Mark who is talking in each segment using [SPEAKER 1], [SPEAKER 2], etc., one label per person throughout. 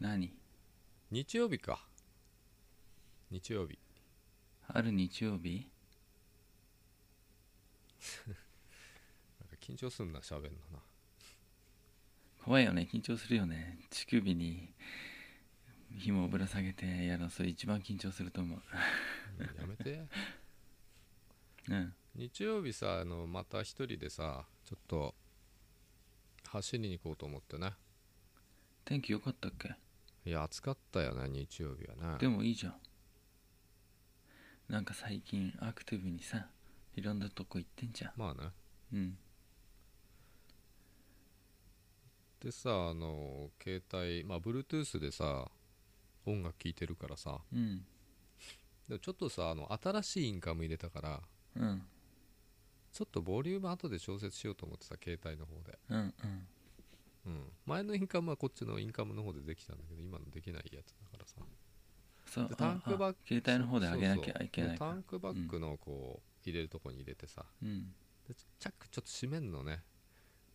[SPEAKER 1] 何
[SPEAKER 2] 日曜日か日曜日
[SPEAKER 1] ある日曜日
[SPEAKER 2] なんか緊張すんな喋んのな
[SPEAKER 1] 怖いよね緊張するよね乳首に紐をぶら下げてやるのそれ一番緊張すると思う
[SPEAKER 2] うんやめて
[SPEAKER 1] うん
[SPEAKER 2] 日曜日さあのまた一人でさちょっと走りに行こうと思ってね
[SPEAKER 1] 天気良かったっけ
[SPEAKER 2] いや暑かったよね日曜日はね
[SPEAKER 1] でもいいじゃんなんか最近アクティブにさいろんなとこ行ってんじゃん
[SPEAKER 2] まあね
[SPEAKER 1] うん
[SPEAKER 2] でさあの携帯まあ Bluetooth でさ音楽聴いてるからさ
[SPEAKER 1] うん
[SPEAKER 2] でもちょっとさあの新しいインカム入れたから
[SPEAKER 1] うん
[SPEAKER 2] ちょっとボリューム後で調節しようと思ってさ携帯の方で、
[SPEAKER 1] うんうん
[SPEAKER 2] うん、前のインカムはこっちのインカムの方でできたんだけど今のできないやつだからさ
[SPEAKER 1] そう
[SPEAKER 2] でタンクバ
[SPEAKER 1] あ
[SPEAKER 2] ッ
[SPEAKER 1] あ携帯の方で上げなき
[SPEAKER 2] そう
[SPEAKER 1] ゃ
[SPEAKER 2] そう
[SPEAKER 1] いけない
[SPEAKER 2] で
[SPEAKER 1] か
[SPEAKER 2] タ
[SPEAKER 1] ら
[SPEAKER 2] ンクバッグのこう入れるとこに入れてさ、
[SPEAKER 1] うん
[SPEAKER 2] でチャックちょっと閉めるのね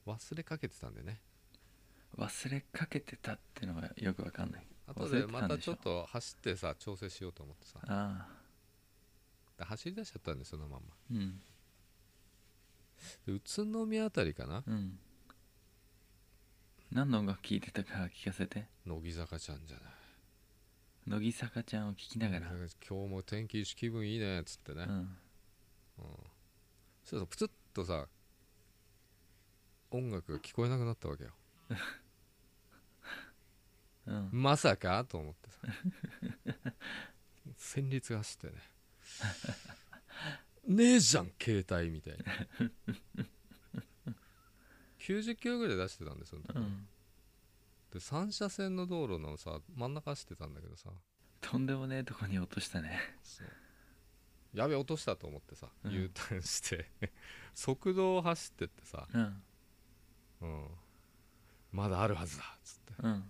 [SPEAKER 2] 忘れかけてたんでね
[SPEAKER 1] 忘れかけてたってのがよくわかんない
[SPEAKER 2] 後
[SPEAKER 1] 忘れ
[SPEAKER 2] で
[SPEAKER 1] て
[SPEAKER 2] ま
[SPEAKER 1] たん
[SPEAKER 2] た
[SPEAKER 1] でし
[SPEAKER 2] ち
[SPEAKER 1] ょ
[SPEAKER 2] ょっと走ってさ調整しようと思ってさ
[SPEAKER 1] ああ
[SPEAKER 2] で走り出しちゃったんですそのまんま
[SPEAKER 1] うん
[SPEAKER 2] で宇都宮あたりかな
[SPEAKER 1] うん何の音楽聴いてたか聞かせて
[SPEAKER 2] 乃木坂ちゃんじゃない
[SPEAKER 1] 乃木坂ちゃんを聴きながら
[SPEAKER 2] なんか今日も天気いいし気分いいねっつってね、
[SPEAKER 1] うん
[SPEAKER 2] そうそうプツッとさ音楽が聞こえなくなったわけよ
[SPEAKER 1] うん
[SPEAKER 2] まさかと思ってさ 旋律が走ってね ねえじゃん携帯みたいな 90キロぐらい出してたんですよその時
[SPEAKER 1] うん
[SPEAKER 2] で三車線の道路のさ真ん中走ってたんだけどさ
[SPEAKER 1] とんでもねえとこに落としたね
[SPEAKER 2] そうやべえ落としたと思ってさ、
[SPEAKER 1] うん
[SPEAKER 2] U ターンして 速道を走ってってさ、
[SPEAKER 1] うん
[SPEAKER 2] うん、まだあるはずだっつって、
[SPEAKER 1] うん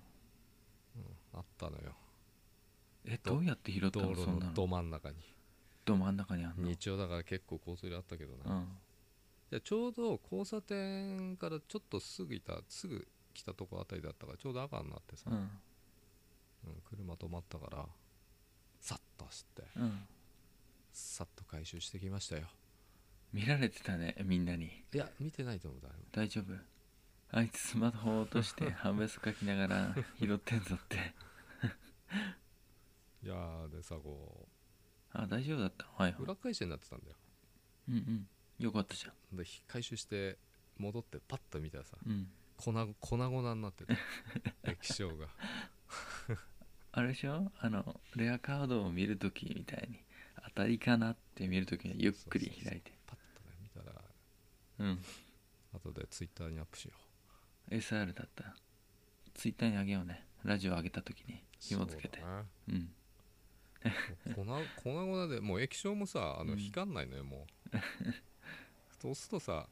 [SPEAKER 2] あったのよ
[SPEAKER 1] え
[SPEAKER 2] ど
[SPEAKER 1] どうやって拾った
[SPEAKER 2] 道
[SPEAKER 1] の
[SPEAKER 2] 路
[SPEAKER 1] そんな
[SPEAKER 2] のど
[SPEAKER 1] の
[SPEAKER 2] 真ん中に
[SPEAKER 1] ど真ん中にあんの
[SPEAKER 2] 日曜だから結構交通量あったけどな、
[SPEAKER 1] うん
[SPEAKER 2] でちょうど交差点からちょっとすぐいたすぐ来たとこあたりだったからちょうど赤になってさ、
[SPEAKER 1] うん
[SPEAKER 2] うん車止まったからさっと走って
[SPEAKER 1] うん
[SPEAKER 2] さっと回収してきましたよ
[SPEAKER 1] 見られてたねみんなに
[SPEAKER 2] いや見てないと思う誰も
[SPEAKER 1] 大丈夫あいつスマホ落として 半べそかきながら拾ってんぞって
[SPEAKER 2] いやーでさこ
[SPEAKER 1] あ大丈夫だったのはいは
[SPEAKER 2] う
[SPEAKER 1] い
[SPEAKER 2] 裏返しになってたんだよ
[SPEAKER 1] うんうんよかったじゃ
[SPEAKER 2] でひ回収して戻ってパッと見たらさ
[SPEAKER 1] んうん
[SPEAKER 2] 粉粉々に なってて液晶が
[SPEAKER 1] あれでしょあのレアカードを見るときみたいに当たりかなって見るときにゆっくり開いて
[SPEAKER 2] パッとね見たら
[SPEAKER 1] うん
[SPEAKER 2] 後でツイッターにアップしよ
[SPEAKER 1] SR だったツイッターにあげようねラジオ上げたときに
[SPEAKER 2] う
[SPEAKER 1] 紐つけて
[SPEAKER 2] そうだな
[SPEAKER 1] うん
[SPEAKER 2] 粉粉々でもう液晶もさあの
[SPEAKER 1] うん
[SPEAKER 2] 光んないのよ、も う押すとさ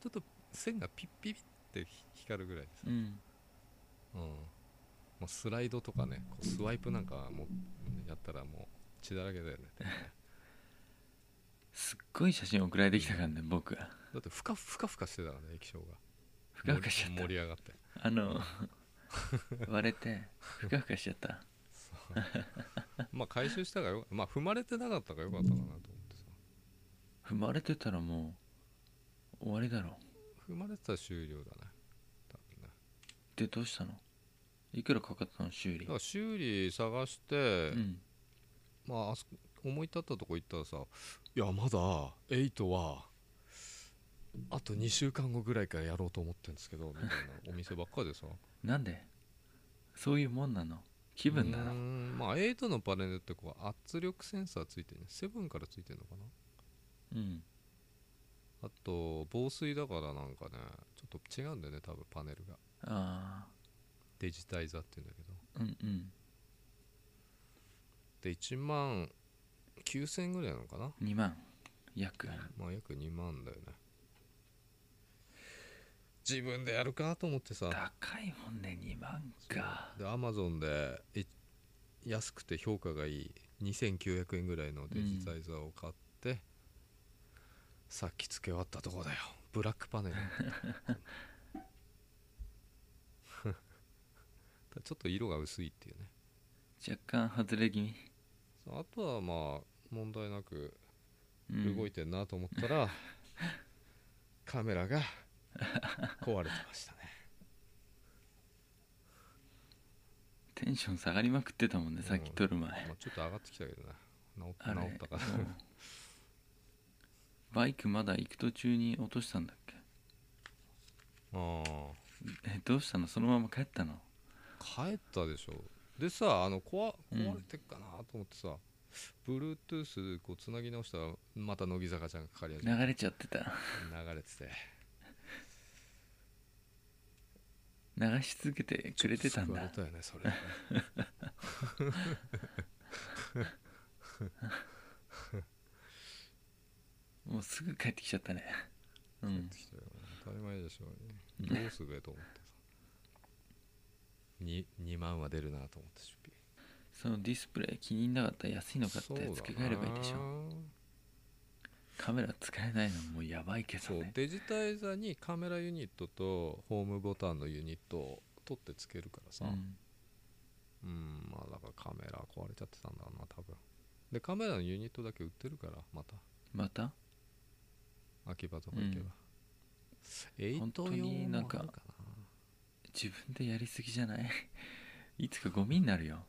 [SPEAKER 2] ちょっと線がピッピッピッって光るぐらいです、
[SPEAKER 1] うん
[SPEAKER 2] うんもうスライドとかねこうスワイプなんかもうやったらもう血だらけだよね
[SPEAKER 1] すっごい写真送られてきたからね僕は
[SPEAKER 2] だってふかふかふかしてたからね液晶が
[SPEAKER 1] ふかふかしちゃっ
[SPEAKER 2] 盛り上がって
[SPEAKER 1] たあ の割れてふかふかしちゃった
[SPEAKER 2] まあ回収したからよまあ踏まれてなかったからよかったかなと思ってさ
[SPEAKER 1] 踏まれてたらもう終わりだろ
[SPEAKER 2] 踏まれてたら終了だね多分ね
[SPEAKER 1] でどうしたのいくらかかったの修
[SPEAKER 2] だ
[SPEAKER 1] 理
[SPEAKER 2] から修理探して、
[SPEAKER 1] うん
[SPEAKER 2] まああそこ思い立ったとこ行ったらさいやまだ8はあと2週間後ぐらいからやろうと思ってるんですけどみたいなお店ばっかでさ
[SPEAKER 1] なんでそういうもんなの気分な
[SPEAKER 2] うー
[SPEAKER 1] の
[SPEAKER 2] んまあ8のパネルってこう圧力センサーついてるね7からついてるのかな
[SPEAKER 1] うん
[SPEAKER 2] あと防水だからなんかねちょっと違うんだよね多分パネルが
[SPEAKER 1] あ
[SPEAKER 2] デジタイザーって言うんだけど
[SPEAKER 1] あうんうん
[SPEAKER 2] で1万9000円ぐらいなのかな
[SPEAKER 1] 2万約
[SPEAKER 2] まあ約2万だよね自分でやるかと思ってさ
[SPEAKER 1] 高いもんね2万か
[SPEAKER 2] でアマゾンでい安くて評価がいい2900円ぐらいのデジタイザーを買って、さっき付け終わったとこだよ ブラックパネルただちょっと色が薄いっていうね
[SPEAKER 1] 若干外れ気味、
[SPEAKER 2] あとはまあ問題なく
[SPEAKER 1] うん、
[SPEAKER 2] 動いてんなと思ったら、カメラが壊れてましたね
[SPEAKER 1] テンション下がりまくってたもんねさっき撮る前、
[SPEAKER 2] まあちょっと上がってきたけどな治っ
[SPEAKER 1] あれ
[SPEAKER 2] 治ったから
[SPEAKER 1] もうバイクまだ行く途中に落としたんだっけ
[SPEAKER 2] ああ
[SPEAKER 1] えどうしたのそのまま帰ったの
[SPEAKER 2] 帰ったでしょでさあの壊
[SPEAKER 1] うん
[SPEAKER 2] 壊れてっかなと思ってさ、Bluetooth こうつなぎ直したらまた乃木坂ちゃんがかかり始め
[SPEAKER 1] 流れちゃってた
[SPEAKER 2] 流れてて
[SPEAKER 1] 流し続けてくれてたん
[SPEAKER 2] ちょ
[SPEAKER 1] だ
[SPEAKER 2] っと救われたよねそれ
[SPEAKER 1] もうすぐ帰ってきちゃったねうん
[SPEAKER 2] 来たよ当たり前でしょう、ね、どうすべと思ってさ 2, 2万は出るなと思って出費
[SPEAKER 1] そのディスプレイ気に入らなかったら安いの買って付け替えればいいでし
[SPEAKER 2] そうだ
[SPEAKER 1] ょ
[SPEAKER 2] な
[SPEAKER 1] カメラ使えないのもやばいけど
[SPEAKER 2] そう
[SPEAKER 1] ね
[SPEAKER 2] デジタイザにカメラユニットとホームボタンのユニットを取ってつけるからさ、
[SPEAKER 1] うん
[SPEAKER 2] うんまあだからカメラ壊れちゃってたんだろうな多分でカメラのユニットだけ売ってるからまた
[SPEAKER 1] また
[SPEAKER 2] 秋葉とか行けば、え
[SPEAKER 1] 本当になんか自分でやりすぎじゃない いつかゴミになるよ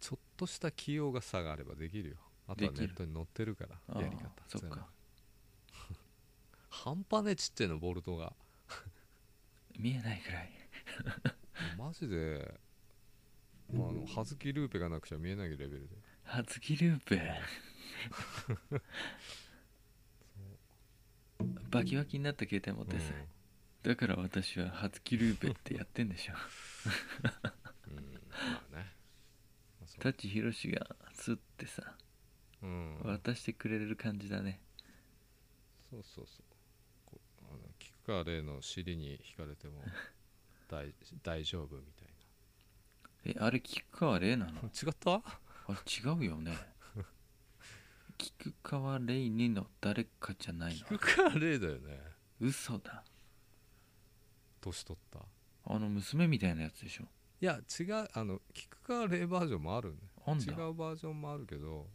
[SPEAKER 2] ちょっとした器用が差があればできるよあとはネットに載ってるか
[SPEAKER 1] あ
[SPEAKER 2] ら
[SPEAKER 1] あ
[SPEAKER 2] やり方
[SPEAKER 1] そっ
[SPEAKER 2] 全部
[SPEAKER 1] か
[SPEAKER 2] 半端ねえちっちゃいのボルトが
[SPEAKER 1] 見えないくらい
[SPEAKER 2] マジで、まあ、あの葉月ルーペがなくちゃ見えないレベルで
[SPEAKER 1] 初期ループバキバキになった携帯持ってさ、だから私は初期ルーペってやってんでしょ
[SPEAKER 2] うん、うんまあね、まあそう
[SPEAKER 1] 舘ひろしがスッてさ
[SPEAKER 2] うん、
[SPEAKER 1] 渡してくれる感じだね
[SPEAKER 2] そうそうそうこうあの菊川玲の尻に引かれ ても大大丈夫みたい
[SPEAKER 1] えあれ菊川玲なの
[SPEAKER 2] な違った
[SPEAKER 1] あれ違うよ ね菊川玲にの誰かじゃないの
[SPEAKER 2] 菊川玲だよね
[SPEAKER 1] 嘘だ
[SPEAKER 2] 年取ったい
[SPEAKER 1] あの娘みたいなやつでしょ
[SPEAKER 2] や違うあの菊川玲バージョンもあるね
[SPEAKER 1] あん
[SPEAKER 2] 違
[SPEAKER 1] だ
[SPEAKER 2] うバージョンもあるけど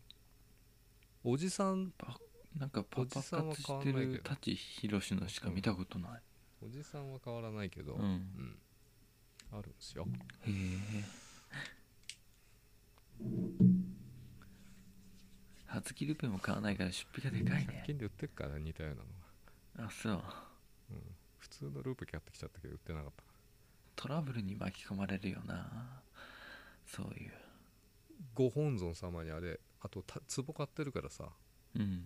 [SPEAKER 2] おじさん
[SPEAKER 1] なんかパ
[SPEAKER 2] お
[SPEAKER 1] パ
[SPEAKER 2] じさんは
[SPEAKER 1] 活
[SPEAKER 2] 変
[SPEAKER 1] し
[SPEAKER 2] わん
[SPEAKER 1] て
[SPEAKER 2] ないけど
[SPEAKER 1] る舘ひろしのしか見たことない
[SPEAKER 2] おじさんは変わらないけど、
[SPEAKER 1] うん、
[SPEAKER 2] うんあるんですよ
[SPEAKER 1] へえ初期ルペンも買わないから出費がでかい
[SPEAKER 2] 100
[SPEAKER 1] ね
[SPEAKER 2] 均で売ってっから似たようなのが、
[SPEAKER 1] あそう
[SPEAKER 2] うん、普通のループ買ってきちゃったけど売ってなかった
[SPEAKER 1] トラブルに巻き込まれるよなそういう
[SPEAKER 2] ご本尊様にあれあとた壺買ってるからさ、
[SPEAKER 1] うん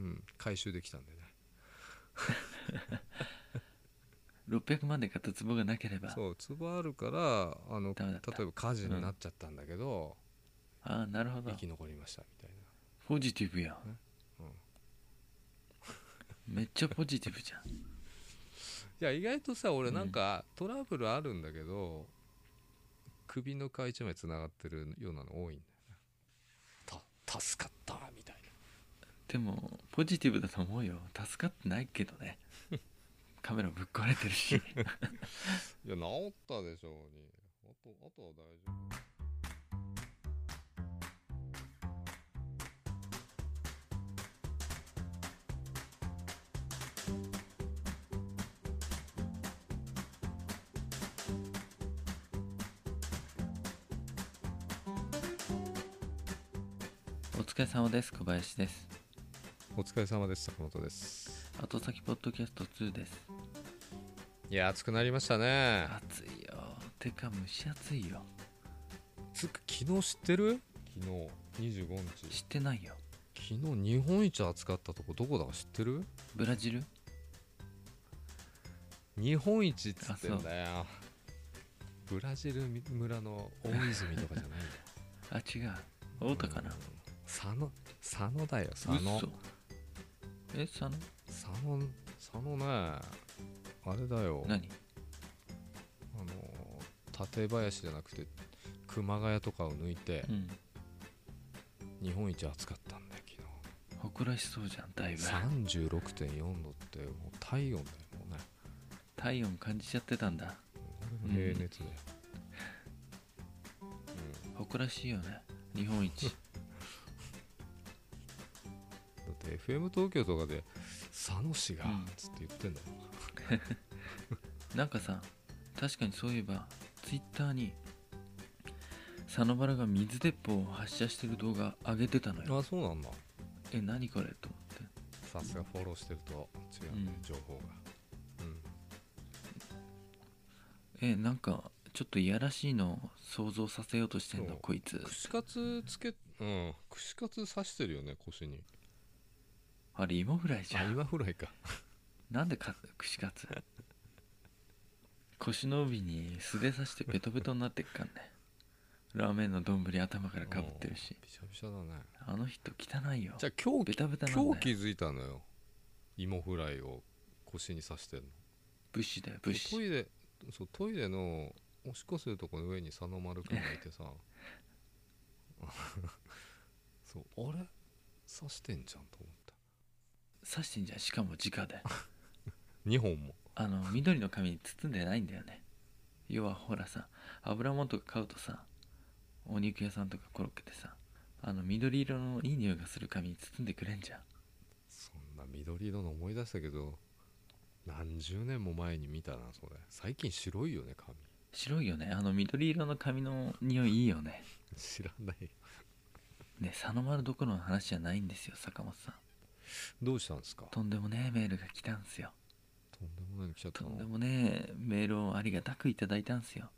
[SPEAKER 2] うん、回収できたんでね
[SPEAKER 1] 600万で買った壺がなければ
[SPEAKER 2] そう壺あるからあの
[SPEAKER 1] ダメだった
[SPEAKER 2] 例えば火事になっちゃったんだけど、
[SPEAKER 1] ああなるほど
[SPEAKER 2] 生き残りましたみたい
[SPEAKER 1] ポジティブやん、
[SPEAKER 2] うん
[SPEAKER 1] めっちゃポジティブじゃん
[SPEAKER 2] ないや意外とさ俺なんかトラブルあるんだけど、首の皮一枚つながってるようなの多いんだよねた助かったみたい
[SPEAKER 1] でもポジティブだと思うよ助かってないけど ねカメラぶっ壊れてるし
[SPEAKER 2] ないや治ったでしょうにあとあとは大丈夫
[SPEAKER 1] お疲れ様です小林です
[SPEAKER 2] お疲れ様です坂本です
[SPEAKER 1] 後先ポッドキャスト2です
[SPEAKER 2] いや暑くなりましたね
[SPEAKER 1] 暑いよてか蒸し暑いよ
[SPEAKER 2] つく昨日知ってる昨日25日
[SPEAKER 1] 知ってないよ
[SPEAKER 2] 昨日日本一暑かったとこどこだか知ってる
[SPEAKER 1] ブラジル
[SPEAKER 2] 日本一っつってんだよブラジル村の大泉とかじゃないんだよ
[SPEAKER 1] あ違う 大田かな
[SPEAKER 2] うん佐野佐野だよ佐
[SPEAKER 1] うっ
[SPEAKER 2] 野
[SPEAKER 1] そえ佐野
[SPEAKER 2] 佐野佐野ねあれだよあの
[SPEAKER 1] 何
[SPEAKER 2] 館林じゃなくて熊谷とかを抜いて
[SPEAKER 1] うん
[SPEAKER 2] 日本一暑かったんだよ昨日
[SPEAKER 1] 誇らしそうじゃんだいぶ
[SPEAKER 2] 36.4度ってもう体温だよもうね
[SPEAKER 1] 体温感じちゃってたんだ
[SPEAKER 2] 平熱だよ、
[SPEAKER 1] 誇らしいよね日本一
[SPEAKER 2] だって FM 東京とかで「佐野市が
[SPEAKER 1] うん」
[SPEAKER 2] つって言ってんだよ、
[SPEAKER 1] なんかさ確かにそういえばツイッターに佐野原が水鉄砲を発射してる動画上げてたのよ
[SPEAKER 2] あそうなんだ
[SPEAKER 1] え何これと思って
[SPEAKER 2] さすがフォローしてると違うね、
[SPEAKER 1] うん
[SPEAKER 2] 情報がうん
[SPEAKER 1] えなんかちょっといやらしいのを想像させようとしてんの
[SPEAKER 2] そう
[SPEAKER 1] こいつ
[SPEAKER 2] 串カツつけうん串カツ刺してるよね腰に
[SPEAKER 1] あれ芋フライじ
[SPEAKER 2] あ
[SPEAKER 1] ゃん
[SPEAKER 2] 今フライか
[SPEAKER 1] なんでか串カツ腰の帯に素で刺してベトベトになってっかんねラーメンの丼頭からかぶってるし
[SPEAKER 2] びしゃびしゃだね
[SPEAKER 1] あの人汚いよ
[SPEAKER 2] じゃあ今
[SPEAKER 1] ベ
[SPEAKER 2] 日
[SPEAKER 1] タベタなんだ
[SPEAKER 2] 今
[SPEAKER 1] よ
[SPEAKER 2] 日気づいたのよ芋フライを腰に刺してるの
[SPEAKER 1] 物資だよ物
[SPEAKER 2] ト
[SPEAKER 1] 資
[SPEAKER 2] イレそうトイレのおしっこするとこの上に佐野丸くんがいてさそうあれ刺してんじゃんと思った
[SPEAKER 1] 刺してんじゃんしかも直で
[SPEAKER 2] 2本も
[SPEAKER 1] あの緑の紙に包んでないんだよね要はほらさ油もんとか買うとさお肉屋さんとかコロッケでさあの緑色のいい匂いがする紙に包んでくれんじゃん
[SPEAKER 2] そんな緑色の思い出したけど何十年も前に見たなそれ最近白いよね髪
[SPEAKER 1] 白いよねあの緑色の紙の匂いいいよね
[SPEAKER 2] 知らない
[SPEAKER 1] ね佐野丸どころの話じゃないんですよ坂本さん
[SPEAKER 2] どうしたんですかと
[SPEAKER 1] とんでもねえメールが来たんすよ
[SPEAKER 2] んでもないの来ちゃっ
[SPEAKER 1] と
[SPEAKER 2] たの
[SPEAKER 1] んでもねえメールをありがたくいただいたんすよ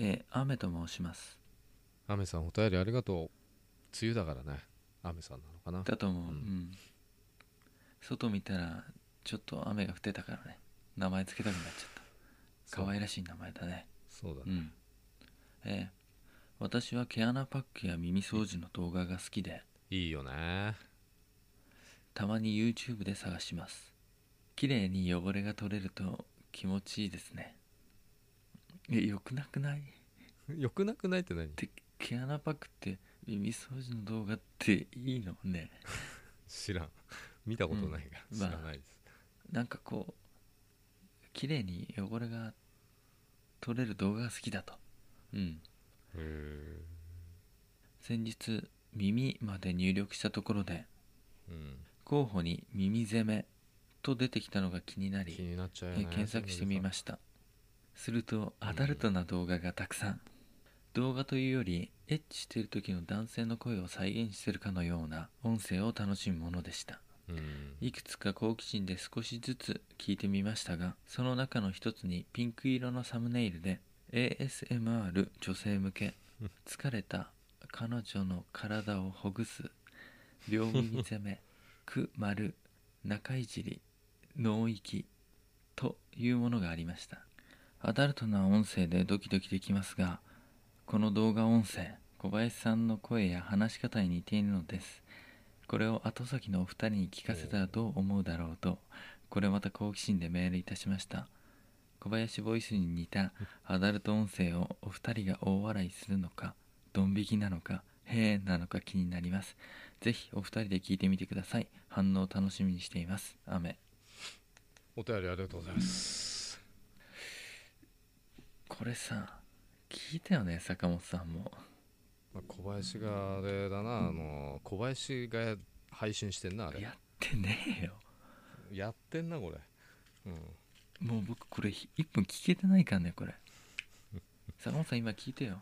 [SPEAKER 1] えー、雨と申します
[SPEAKER 2] アメさんお便りありがとう梅雨だからねアメさんなのかな
[SPEAKER 1] だと思う、う
[SPEAKER 2] うんん
[SPEAKER 1] 外見たらちょっと雨が降ってたからね名前つけたくなっちゃっ
[SPEAKER 2] そ
[SPEAKER 1] た
[SPEAKER 2] う
[SPEAKER 1] 可愛らしい名前だね
[SPEAKER 2] そうだ
[SPEAKER 1] う
[SPEAKER 2] ね、
[SPEAKER 1] んえー、私は毛穴パックや耳掃除の動画が好きで
[SPEAKER 2] いいよね
[SPEAKER 1] たまに YouTube で探します綺麗に汚れが取れると気持ちいいですねえよくなくないっ
[SPEAKER 2] よくなくないって何
[SPEAKER 1] て毛穴パックって耳掃除の動画っていいのね
[SPEAKER 2] 知らん見たことないから、
[SPEAKER 1] うん
[SPEAKER 2] 知
[SPEAKER 1] まあ
[SPEAKER 2] らないです、
[SPEAKER 1] なんかこう綺麗に汚れが取れる動画が好きだとうん
[SPEAKER 2] へえ
[SPEAKER 1] 先日耳まで入力したところで
[SPEAKER 2] うん、
[SPEAKER 1] 候補に耳攻めと出てきたのが気になり
[SPEAKER 2] 気になっちゃう
[SPEAKER 1] え
[SPEAKER 2] よ
[SPEAKER 1] ー
[SPEAKER 2] ね
[SPEAKER 1] 検索してみま
[SPEAKER 2] し
[SPEAKER 1] したするとアダルトな動画がたくさん、動画というよりエッチしている時の男性の声を再現しているかのような音声を楽しむものでした
[SPEAKER 2] たうん
[SPEAKER 1] いくつか好奇心で少しずつ聞いてみましたがその中の一つにピンク色のサムネイルで ASMR 女性向け
[SPEAKER 2] うん
[SPEAKER 1] 疲れた彼女の体をほぐす両耳攻めく丸中いじり脳域というものがありましたアダルトな音声でドキドキできますがこの動画音声小林さんの声や話し方に似ているのですこれを後先のお二人に聞かせたらどう思うだろうとこれまた好奇心でメールいたしました小林ボイスに似たアダルト音声をお二人が大笑いするのかドン引きなのかへえなのか気になりますぜひお二人で聞いてみてください反応を楽しみにしています雨
[SPEAKER 2] お便りありがとうございます
[SPEAKER 1] これさ聞いたよね坂本さんも
[SPEAKER 2] まあ小林があれだなあの小林が配信してんなあれ
[SPEAKER 1] やってねえよ
[SPEAKER 2] やってんなこれうん
[SPEAKER 1] もう僕これ1分聞けてないからねこれ坂本さん今聞いてよ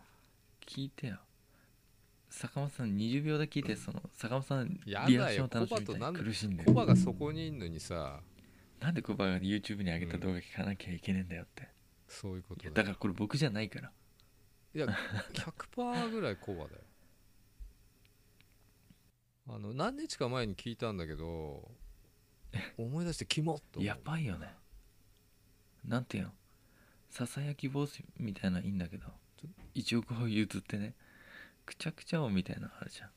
[SPEAKER 1] 聞いてよ坂本さん20秒で聞いてその坂本さんリ
[SPEAKER 2] や
[SPEAKER 1] ア
[SPEAKER 2] だ
[SPEAKER 1] ク
[SPEAKER 2] よ
[SPEAKER 1] ションを楽しみ
[SPEAKER 2] コバと
[SPEAKER 1] た
[SPEAKER 2] ないん
[SPEAKER 1] 苦しんで
[SPEAKER 2] コ
[SPEAKER 1] る
[SPEAKER 2] バがそこにいんのにさ
[SPEAKER 1] なんでコバが YouTube に上げた動画聞かなきゃいけねえんだよって、
[SPEAKER 2] そういうこ
[SPEAKER 1] いや
[SPEAKER 2] と
[SPEAKER 1] だ
[SPEAKER 2] だ
[SPEAKER 1] からこれ僕じゃないから
[SPEAKER 2] いや100%ぐらいコバだよあの何日か前に聞いたんだけど思い出してキモッと思う
[SPEAKER 1] やばいよねなんていうのささやき帽子みたいなのいいんだけど一億歩譲ってねくちゃくちゃ音みたいなのあるじゃん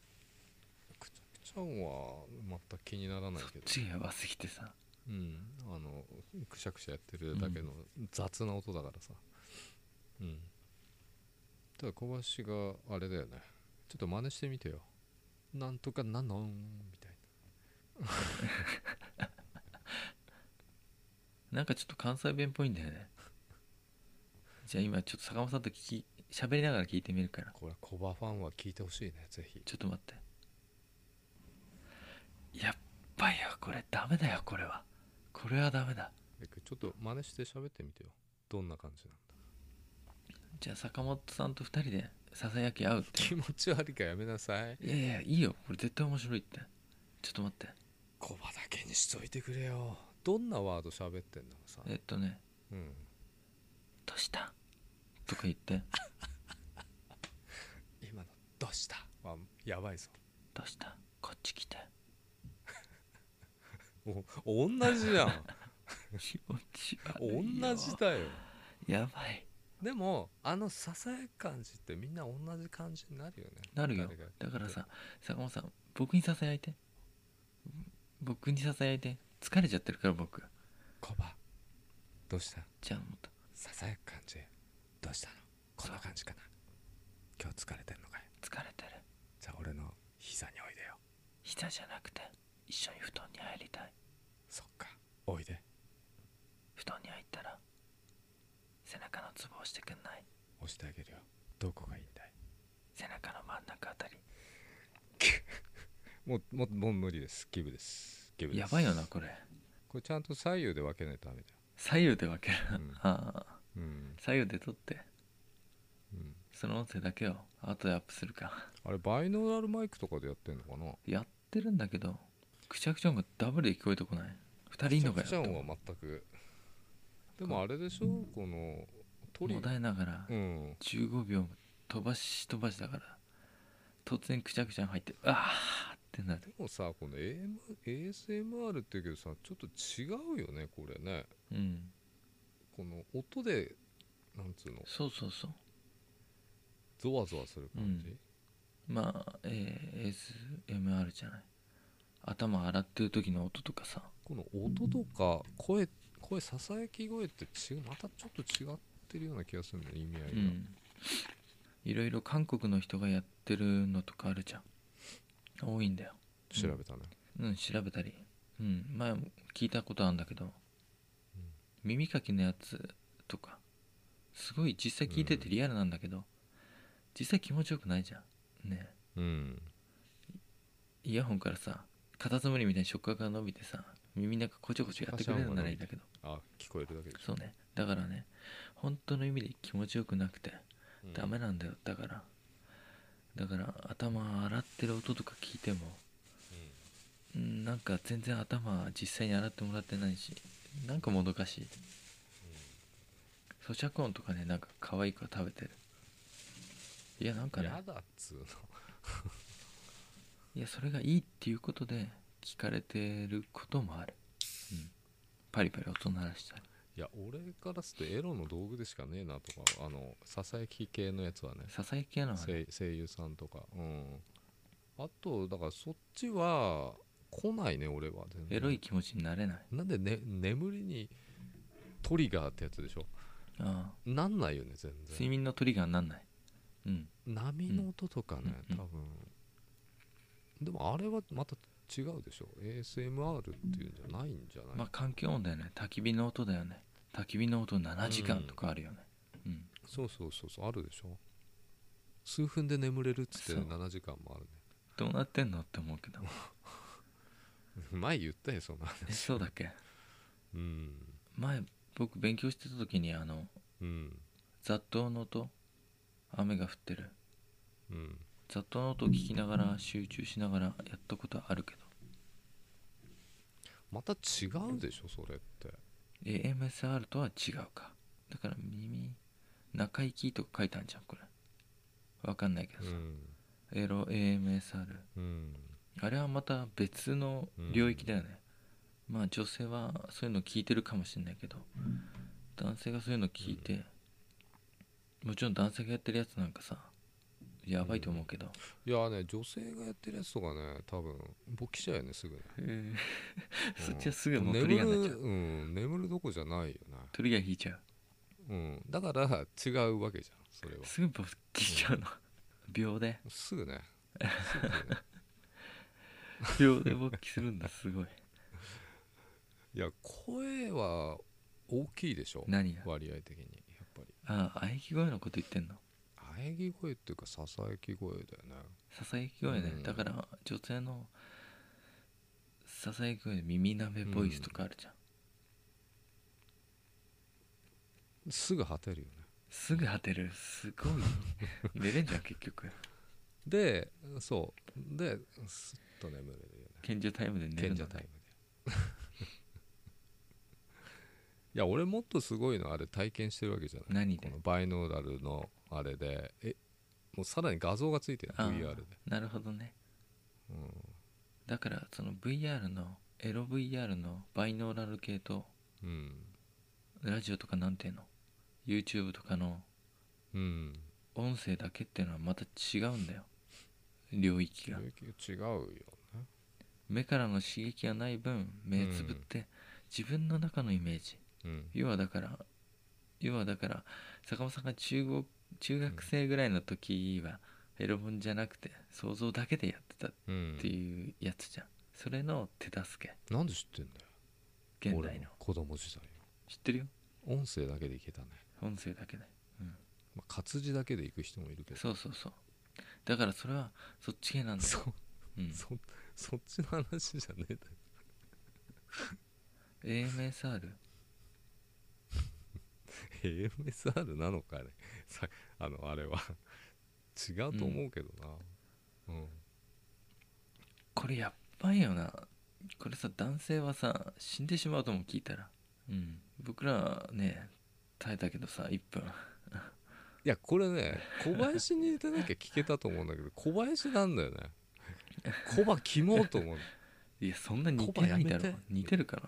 [SPEAKER 2] くちゃくちゃ音は全く気にならない
[SPEAKER 1] そっ
[SPEAKER 2] けど、
[SPEAKER 1] ちがやばすぎてさ
[SPEAKER 2] うん、あのくしゃくしゃやってるだけの雑な音だからさ、うん、ただ小林があれだよねちょっと真似してみてよなんとかなのんみたい
[SPEAKER 1] なんかちょっと関西弁っぽいんだよねじゃあ今ちょっと坂本さんと聞き喋りながら聞いてみるから
[SPEAKER 2] これコバファンは聞いてほしいねぜひ
[SPEAKER 1] ちょっと待ってやっばいよこれダメだよこれはこれはダメだ
[SPEAKER 2] えちょっと真似して喋ってみてよどんな感じなんだ
[SPEAKER 1] じゃあ坂本さんと2人でささやき合うって
[SPEAKER 2] 気持ち悪いからやめなさい
[SPEAKER 1] いやいやいいよこれ絶対面白いってちょっと待って
[SPEAKER 2] コバだけにしといてくれよどんなワード喋ってんだろうさ
[SPEAKER 1] えっとね
[SPEAKER 2] うん
[SPEAKER 1] 「どうした?」とか言って
[SPEAKER 2] 今の「どうした?」はやばいぞ
[SPEAKER 1] 「どうしたこっち来て
[SPEAKER 2] お同じじゃ ん」
[SPEAKER 1] 気持ち悪
[SPEAKER 2] 同
[SPEAKER 1] いよ
[SPEAKER 2] じだよ
[SPEAKER 1] やばい
[SPEAKER 2] でもあのささやか感じってみんな同じ感じになるよね
[SPEAKER 1] なるよ
[SPEAKER 2] 誰がやって
[SPEAKER 1] だ
[SPEAKER 2] も
[SPEAKER 1] からさ坂本さん僕にささやいて僕にささやいて疲れちゃってるから僕
[SPEAKER 2] コバどうした
[SPEAKER 1] じゃあもっと
[SPEAKER 2] ささやく感じどうしたのこんな感じかな今日疲れてんのかい
[SPEAKER 1] 疲れてる
[SPEAKER 2] じゃあ俺の膝においでよ
[SPEAKER 1] 膝じゃなくて一緒に布団に入りたい
[SPEAKER 2] そっかおいで
[SPEAKER 1] 布団に入ったら背中のツボ押してくんない
[SPEAKER 2] 押してあげるよどこがいいんだい
[SPEAKER 1] 背中の真ん中あたり
[SPEAKER 2] もうもうもう無理ですギブですギブです
[SPEAKER 1] やばいよなこれ
[SPEAKER 2] これちゃんと左右で分けないとダメだよ
[SPEAKER 1] 左右で分ける、
[SPEAKER 2] うん
[SPEAKER 1] ああ
[SPEAKER 2] うん、
[SPEAKER 1] 左右で撮って
[SPEAKER 2] うん、
[SPEAKER 1] その音声だけを後でアップするか
[SPEAKER 2] あれバイノーラルマイクとかでやってんのかな
[SPEAKER 1] やってるんだけどくちゃくちゃ音がダブルで聞こえてこない2人いんのかよ
[SPEAKER 2] ちゃん
[SPEAKER 1] と
[SPEAKER 2] は全くでもあれでしょこのトリ
[SPEAKER 1] もだえながら
[SPEAKER 2] うん
[SPEAKER 1] 15秒飛ばし飛ばしだから突然くちゃくちゃ入ってああってなる
[SPEAKER 2] でもさこの AM ASMR って言うけどさちょっと違うよねこれね
[SPEAKER 1] うん
[SPEAKER 2] この音でなんつうの
[SPEAKER 1] そうそうそう
[SPEAKER 2] ゾワゾワする感じ、
[SPEAKER 1] まあ、えー、ASMR じゃない頭洗ってる時の音とかさ
[SPEAKER 2] この音とか声声ささやき声って違うまたちょっと違ってるような気がするの意味合いが、
[SPEAKER 1] うんいろいろ韓国の人がやってるのとかあるじゃん多いんだよ
[SPEAKER 2] 調べたね、
[SPEAKER 1] うん調べたりうん前も聞いたことあるんだけど、耳かきのやつとかすごい実際聞いててリアルなんだけど、実際気持ちよくないじゃんねえ
[SPEAKER 2] うん
[SPEAKER 1] イヤホンからさカタツムリみたいに触覚が伸びてさ耳なんかこちょこちょやってくれるならいいんだけど
[SPEAKER 2] あ聞こえるだけでしょ
[SPEAKER 1] そうねだからね本当の意味で気持ちよくなくて
[SPEAKER 2] うん
[SPEAKER 1] ダメなんだよだからだから頭洗ってる音とか聞いてもうんなんか全然頭実際に洗ってもらってないしなんかもどかしい咀嚼音とかねなんか可愛い子は食べてるいやなん
[SPEAKER 2] う
[SPEAKER 1] か
[SPEAKER 2] ん、
[SPEAKER 1] ね
[SPEAKER 2] やだっつうの
[SPEAKER 1] いやそれがいいっていうことで聞かれてることもある、うん、パリパリ音鳴らしたり
[SPEAKER 2] いや俺からするとエロの道具でしかねえなとかあのささやき系のやつはね
[SPEAKER 1] ささやきやなのはね
[SPEAKER 2] 声声優さんとかうんあとだからそっちは来ないね俺は全然
[SPEAKER 1] エロい気持ちになれない
[SPEAKER 2] なんで、ね、眠りにトリガーってやつでしょ
[SPEAKER 1] ああ
[SPEAKER 2] なんないよね全
[SPEAKER 1] 睡
[SPEAKER 2] 然
[SPEAKER 1] 眠のトリガーになんないうん
[SPEAKER 2] 波の音とかね、
[SPEAKER 1] うん
[SPEAKER 2] 多分でもあれはまた違うでしょ ASMR っていうんじゃないんじゃない、
[SPEAKER 1] まあ環境音だよね焚き火の音だよね焚き火の音7時間とかあるよねうん、
[SPEAKER 2] そうそうそうそうあるでしょ数分で眠れるっつって
[SPEAKER 1] そう
[SPEAKER 2] 7時間もあるね
[SPEAKER 1] どうなってんのって思うけど
[SPEAKER 2] 前言ったよそんな
[SPEAKER 1] えそうだっけ
[SPEAKER 2] うん
[SPEAKER 1] 前僕勉強してた時にあの
[SPEAKER 2] うん
[SPEAKER 1] 雑踏の音雨が降ってる
[SPEAKER 2] うん
[SPEAKER 1] 雑踏の音を聞きながら集中しながらやったことはあるけど
[SPEAKER 2] また違うでしょそれって、
[SPEAKER 1] AMSR とは違うかだから耳中行きとか書いたんじゃんこれわかんないけど
[SPEAKER 2] う
[SPEAKER 1] さ、
[SPEAKER 2] ん
[SPEAKER 1] エロ AMSR
[SPEAKER 2] うん
[SPEAKER 1] あれはまた別の領域だよね、まあ女性はそういうの聞いてるかもしれないけど男性がそういうの聞いて、もちろん男性がやってるやつなんかさやばいと思うけど、
[SPEAKER 2] いやね女性がやってるやつとかね多分勃起しちゃうよねすぐね
[SPEAKER 1] へえ
[SPEAKER 2] うん
[SPEAKER 1] そっちはすぐもうトリ
[SPEAKER 2] 眠
[SPEAKER 1] ガーになっち
[SPEAKER 2] る
[SPEAKER 1] ゃう
[SPEAKER 2] うん眠るどこじゃないよね
[SPEAKER 1] トリガー引いちゃう
[SPEAKER 2] うんだから違うわけじゃんそれは
[SPEAKER 1] すぐ勃起しちゃうの秒です
[SPEAKER 2] ぐねすぐね
[SPEAKER 1] 秒で勃起するんだすごい
[SPEAKER 2] いや声は大きいでしょ
[SPEAKER 1] 何が
[SPEAKER 2] 割合的にやっぱり
[SPEAKER 1] ああ喘ぎ声のこと言ってんの
[SPEAKER 2] 喘えぎ声っていうかささやき声だよね
[SPEAKER 1] ささやき声ね、
[SPEAKER 2] うん
[SPEAKER 1] だから女性のささやき声で耳なめボイスとかあるじゃん、
[SPEAKER 2] すぐ果てるよね
[SPEAKER 1] すぐ当てるすごい 寝れんじゃん結局
[SPEAKER 2] でそうですっと眠れるよね
[SPEAKER 1] 賢者タイムで寝る
[SPEAKER 2] 賢
[SPEAKER 1] の
[SPEAKER 2] 者タイムで いや俺もっとすごいのあれ体験してるわけじゃない
[SPEAKER 1] 何
[SPEAKER 2] こ
[SPEAKER 1] で
[SPEAKER 2] のバイノーラルのあれでえもうさらに画像がついてる
[SPEAKER 1] あー
[SPEAKER 2] VR で、
[SPEAKER 1] なるほどね
[SPEAKER 2] うん、
[SPEAKER 1] だからその VR のエロ VR のバイノーラル系と
[SPEAKER 2] うん
[SPEAKER 1] ラジオとかなんていうの YouTube とかの
[SPEAKER 2] うん、
[SPEAKER 1] 音声だけっていうのはまた違うんだよ領域が
[SPEAKER 2] 違うよね
[SPEAKER 1] 目からの刺激がない分目つぶって自分の中のイメージ
[SPEAKER 2] うん
[SPEAKER 1] 要はだから要はだから坂本さんが中国中学生ぐらいの時はエロ本じゃなくて想像だけでやってたっ
[SPEAKER 2] うん
[SPEAKER 1] ていうやつじゃんそれの手助
[SPEAKER 2] なんで知ってんだよ
[SPEAKER 1] け現
[SPEAKER 2] 俺
[SPEAKER 1] 代の
[SPEAKER 2] 子供時代
[SPEAKER 1] 知ってるよ
[SPEAKER 2] 音声だけでいけたね、
[SPEAKER 1] 音声だけで、うん、
[SPEAKER 2] まあ、活字だけでいく人もいるけど
[SPEAKER 1] そうそうそうだからそれはそっち系なんだよ、
[SPEAKER 2] そ
[SPEAKER 1] うん、
[SPEAKER 2] そそっちの話じゃねえだよ
[SPEAKER 1] AMSR
[SPEAKER 2] AMSR なのかねさあのあれは違うと思うけどなうん、
[SPEAKER 1] これやっばいよなこれさ男性はさ死んでしまうとも聞いたらうん僕らはね耐えたけどさ1分
[SPEAKER 2] いやこれね小林に似てなきゃ聞けたと思うんだけど小林なんだよね小バキモと思う
[SPEAKER 1] いやそんな似てないだ
[SPEAKER 2] コバや
[SPEAKER 1] ろ
[SPEAKER 2] めて
[SPEAKER 1] 似てるかな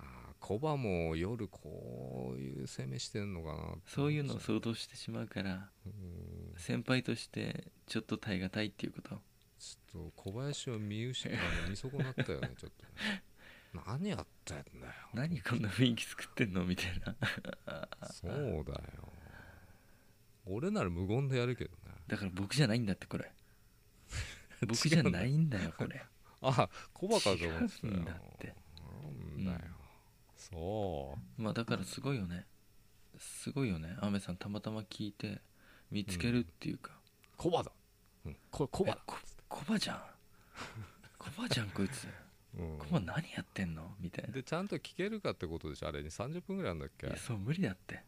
[SPEAKER 2] あー小バも夜こういう攻めしてんのかなって
[SPEAKER 1] そういうのを想像してしまうから
[SPEAKER 2] うん
[SPEAKER 1] 先輩としてちょっと耐え難いっていうこと
[SPEAKER 2] ちょっと小林を見失あの見損なったよねちょっとね何やってんだよ
[SPEAKER 1] 何こんな雰囲気作ってんのみたいな
[SPEAKER 2] そうだよ俺なら無言でやるけどね
[SPEAKER 1] だから僕じゃないんだってこ れ僕じゃないんだよこれ
[SPEAKER 2] あ小バカと思ってた
[SPEAKER 1] 違
[SPEAKER 2] よ
[SPEAKER 1] うんだって
[SPEAKER 2] なんだよ、
[SPEAKER 1] うん
[SPEAKER 2] そ
[SPEAKER 1] まあだからすごいよねすごいよねアメさんたまたま聞いて見つけるっていうか、
[SPEAKER 2] う小バだ、うん、これ小バだ
[SPEAKER 1] えこコバじゃんコバじゃんこいつ
[SPEAKER 2] うん
[SPEAKER 1] コバ何やってんのみたいな
[SPEAKER 2] でちゃんと聞けるかってことでしょあれに30分ぐらいあるんだっけ
[SPEAKER 1] いやそう無理だって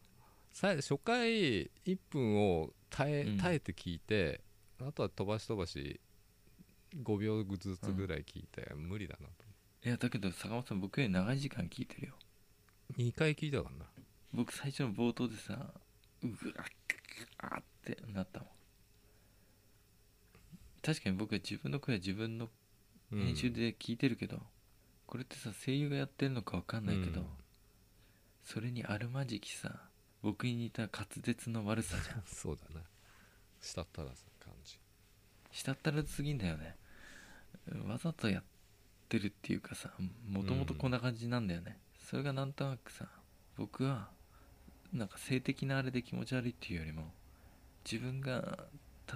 [SPEAKER 2] さ初回1分を耐え,、
[SPEAKER 1] うん
[SPEAKER 2] 耐えて聞いてあとは飛ばし飛ばし5秒ずつぐらい聞いて、無理だなと
[SPEAKER 1] いやだけど坂本さん僕より長い時間聞いてるよ
[SPEAKER 2] 2回聞いたからな
[SPEAKER 1] 僕最初の冒頭でさうわっあってなったもん確かに僕は自分の声は自分の
[SPEAKER 2] うん
[SPEAKER 1] 編集で聞いてるけど、これってさ声優がやってるのか分かんないけど、
[SPEAKER 2] うん
[SPEAKER 1] それにあるまじきさ僕に似た滑舌の悪さじゃん
[SPEAKER 2] そうだなしたったらさ感じ
[SPEAKER 1] したったらすぎんだよねわざとやってるっていうかさもともとこんな感じなんだよね、それがなんとなくさ僕はなんか性的なあれで気持ち悪いっていうよりも自分が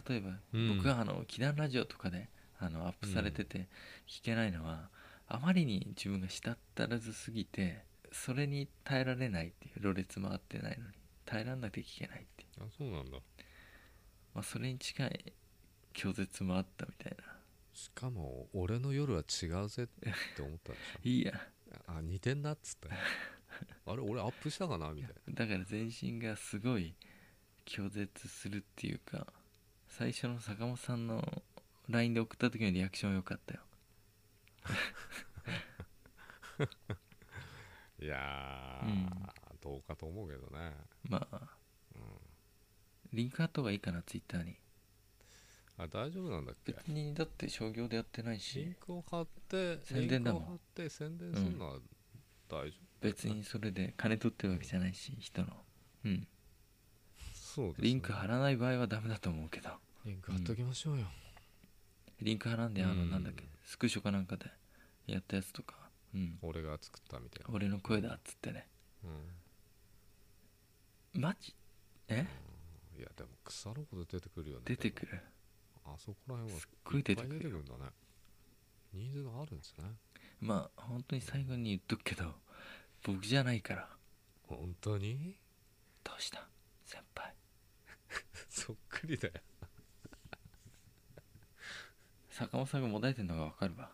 [SPEAKER 1] 例えば、
[SPEAKER 2] うん
[SPEAKER 1] 僕はあの「祈願ラジオ」とかであのアップされてて聞けないのは、あまりに自分がしたったらずすぎてそれに耐えられないっていうろれつ回ってないのに耐えられなくて聞けないっていう
[SPEAKER 2] あそうなんだ
[SPEAKER 1] まあ、それに近い拒絶もあったみたいな
[SPEAKER 2] しかも俺の夜は違うぜって思ったでし
[SPEAKER 1] いいや
[SPEAKER 2] ょあ似てんなっつってあれ俺アップしたかなみたい
[SPEAKER 1] だから全身がすごい拒絶するっていうか最初の坂本さんの LINE で送った時のリアクション良かったよ
[SPEAKER 2] ないや
[SPEAKER 1] う
[SPEAKER 2] ー、
[SPEAKER 1] ん
[SPEAKER 2] どうかと思うけどね
[SPEAKER 1] まあ、リンクあった方がいいかなツイッターに
[SPEAKER 2] あ大丈夫なんだっけ
[SPEAKER 1] 別にだって商業でやってない
[SPEAKER 2] リ
[SPEAKER 1] し
[SPEAKER 2] ンクを貼って
[SPEAKER 1] 宣伝だもん
[SPEAKER 2] リンクを貼って宣伝するのは大丈夫、
[SPEAKER 1] 別にそれで金取ってるわけじゃないし人のうん
[SPEAKER 2] そうですね
[SPEAKER 1] リンク貼らない場合はダメだと思うけど
[SPEAKER 2] リンク貼っときましょうよ、
[SPEAKER 1] リンク貼らんであの
[SPEAKER 2] うん
[SPEAKER 1] なんだっけスクショかなんかでやったやつとかうん
[SPEAKER 2] 俺が作ったみたいな、
[SPEAKER 1] 俺の声だっつってね
[SPEAKER 2] う
[SPEAKER 1] マジえ
[SPEAKER 2] ん、いやでも腐るほど出てくるよね
[SPEAKER 1] 出てくる
[SPEAKER 2] あそこら辺は
[SPEAKER 1] すっごい出てくる
[SPEAKER 2] っぱ出てくるんだねニーズがあるんですね
[SPEAKER 1] まあ本当に最後に言っとくけど僕じゃないから
[SPEAKER 2] 本当に
[SPEAKER 1] どうした先輩
[SPEAKER 2] 理だよ
[SPEAKER 1] 坂本さんがもだえてんのがわかるわ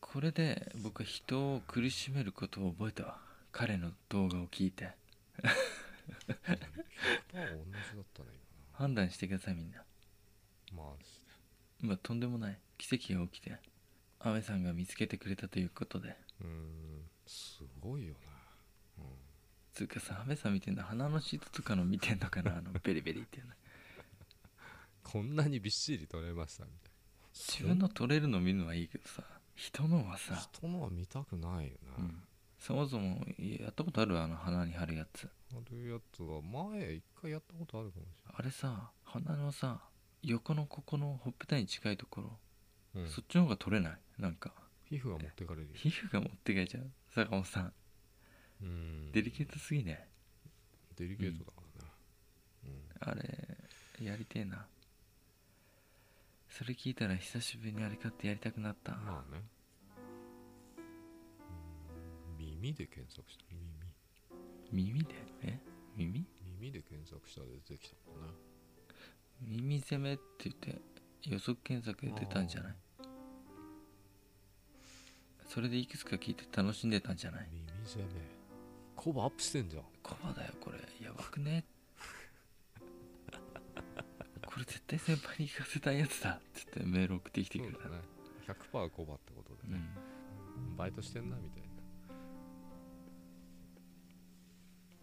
[SPEAKER 1] これで僕は人を苦しめることを覚えたわ彼の動画を聞いて
[SPEAKER 2] 100%同じだったね
[SPEAKER 1] 判断してくださいみんな
[SPEAKER 2] 今なまあ
[SPEAKER 1] 今とんでもない奇跡が起きてアメさんが見つけてくれたということで
[SPEAKER 2] うーんすごいよな、
[SPEAKER 1] つうかさアメさん見てんの鼻のシートとかの見てんのかなあのベリベリっていうの
[SPEAKER 2] こんなにびっしり取れましたみたい
[SPEAKER 1] 自分の取れるの見るのはいいけどさ人のは
[SPEAKER 2] な
[SPEAKER 1] さ、
[SPEAKER 2] 人のは見たくないよな、
[SPEAKER 1] うん、そもそもやったことあるあの鼻に貼るやつ
[SPEAKER 2] あるやつは前一回やったことあるかもし
[SPEAKER 1] あれさ鼻のさ横のここのほっぺたに近いところ、
[SPEAKER 2] れない、うん
[SPEAKER 1] そっちの方が取れないなんか
[SPEAKER 2] 皮膚が持ってかれるよ
[SPEAKER 1] 皮膚が持ってかれちゃう坂本さん
[SPEAKER 2] うん
[SPEAKER 1] デリケートすぎね
[SPEAKER 2] デリケートだからね、うん
[SPEAKER 1] あれやりてえなそれ聞いたら久しぶりにあれ買ってやりたくなった、
[SPEAKER 2] まあねうん耳で検索した耳
[SPEAKER 1] 耳でえ耳
[SPEAKER 2] 耳で検索したら出てきたもんね
[SPEAKER 1] 耳攻めって言って予測検索で出たんじゃないそれでいくつか聞いて楽しんでたんじゃない
[SPEAKER 2] 耳攻めコバアップしてんじゃん
[SPEAKER 1] コバだよこれやばくね これ絶対先輩に聞かせたいやつだっつってメール送ってきてくれた
[SPEAKER 2] そうだね100%コバってこと
[SPEAKER 1] う
[SPEAKER 2] でね、
[SPEAKER 1] ん
[SPEAKER 2] バイトしてんなみたいな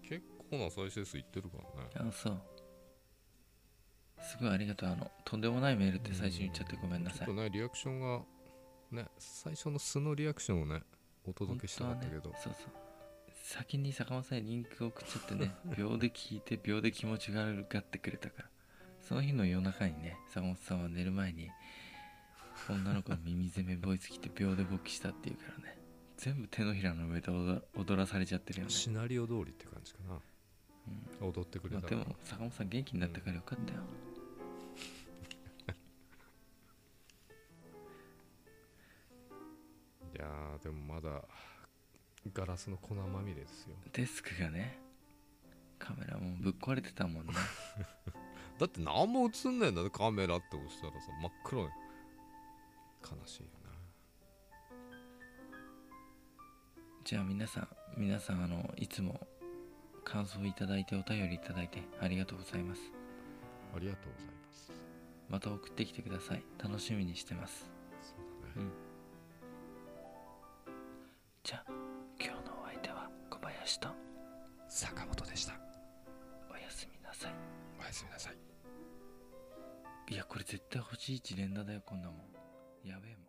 [SPEAKER 2] 結構な再生数いってるからね
[SPEAKER 1] あそうすごいありがとうあのとんでもないメールって最初に言っちゃってごめんな
[SPEAKER 2] ちょ
[SPEAKER 1] さ
[SPEAKER 2] っ
[SPEAKER 1] い
[SPEAKER 2] とねリアクションがね最初の素のリアクションをねお届けしたかったけ
[SPEAKER 1] 本当
[SPEAKER 2] ど、
[SPEAKER 1] はね、そうそう先に坂本さんにリンク送っちゃって ね秒で聞いて秒で気持ちが上がってくれたからその日の夜中にね坂本さんは寝る前に女の子の耳攻めボイス来て秒で勃起したっていうからね全部手のひらの上で踊ら踊らされちゃってるよね、
[SPEAKER 2] シナリオ通りって感じかな、踊ってくれ
[SPEAKER 1] まあ、
[SPEAKER 2] た
[SPEAKER 1] で
[SPEAKER 2] ら、
[SPEAKER 1] も坂本さん元気になったからよかったよ、
[SPEAKER 2] いやーでもまだガラスの粉まみれですよ
[SPEAKER 1] デスクがねカメラもうぶっ壊れてたもんね
[SPEAKER 2] だって何も映んないんだねカメラって押したらさ真っ黒い悲しいよな
[SPEAKER 1] じゃあ皆さん皆さんあのいつも感想いただいてお便りいただいてありがとうございます
[SPEAKER 2] ありがとうございます
[SPEAKER 1] また送ってきてください楽しみにしてます
[SPEAKER 2] そう
[SPEAKER 1] う
[SPEAKER 2] だ
[SPEAKER 1] ん
[SPEAKER 2] ね
[SPEAKER 1] じゃあ今日のお相手は小林と
[SPEAKER 2] 坂本でした
[SPEAKER 1] おやすみなさい
[SPEAKER 2] おやすみなさい
[SPEAKER 1] いやこれ絶対欲しい一連打だよこんなもんやべえもん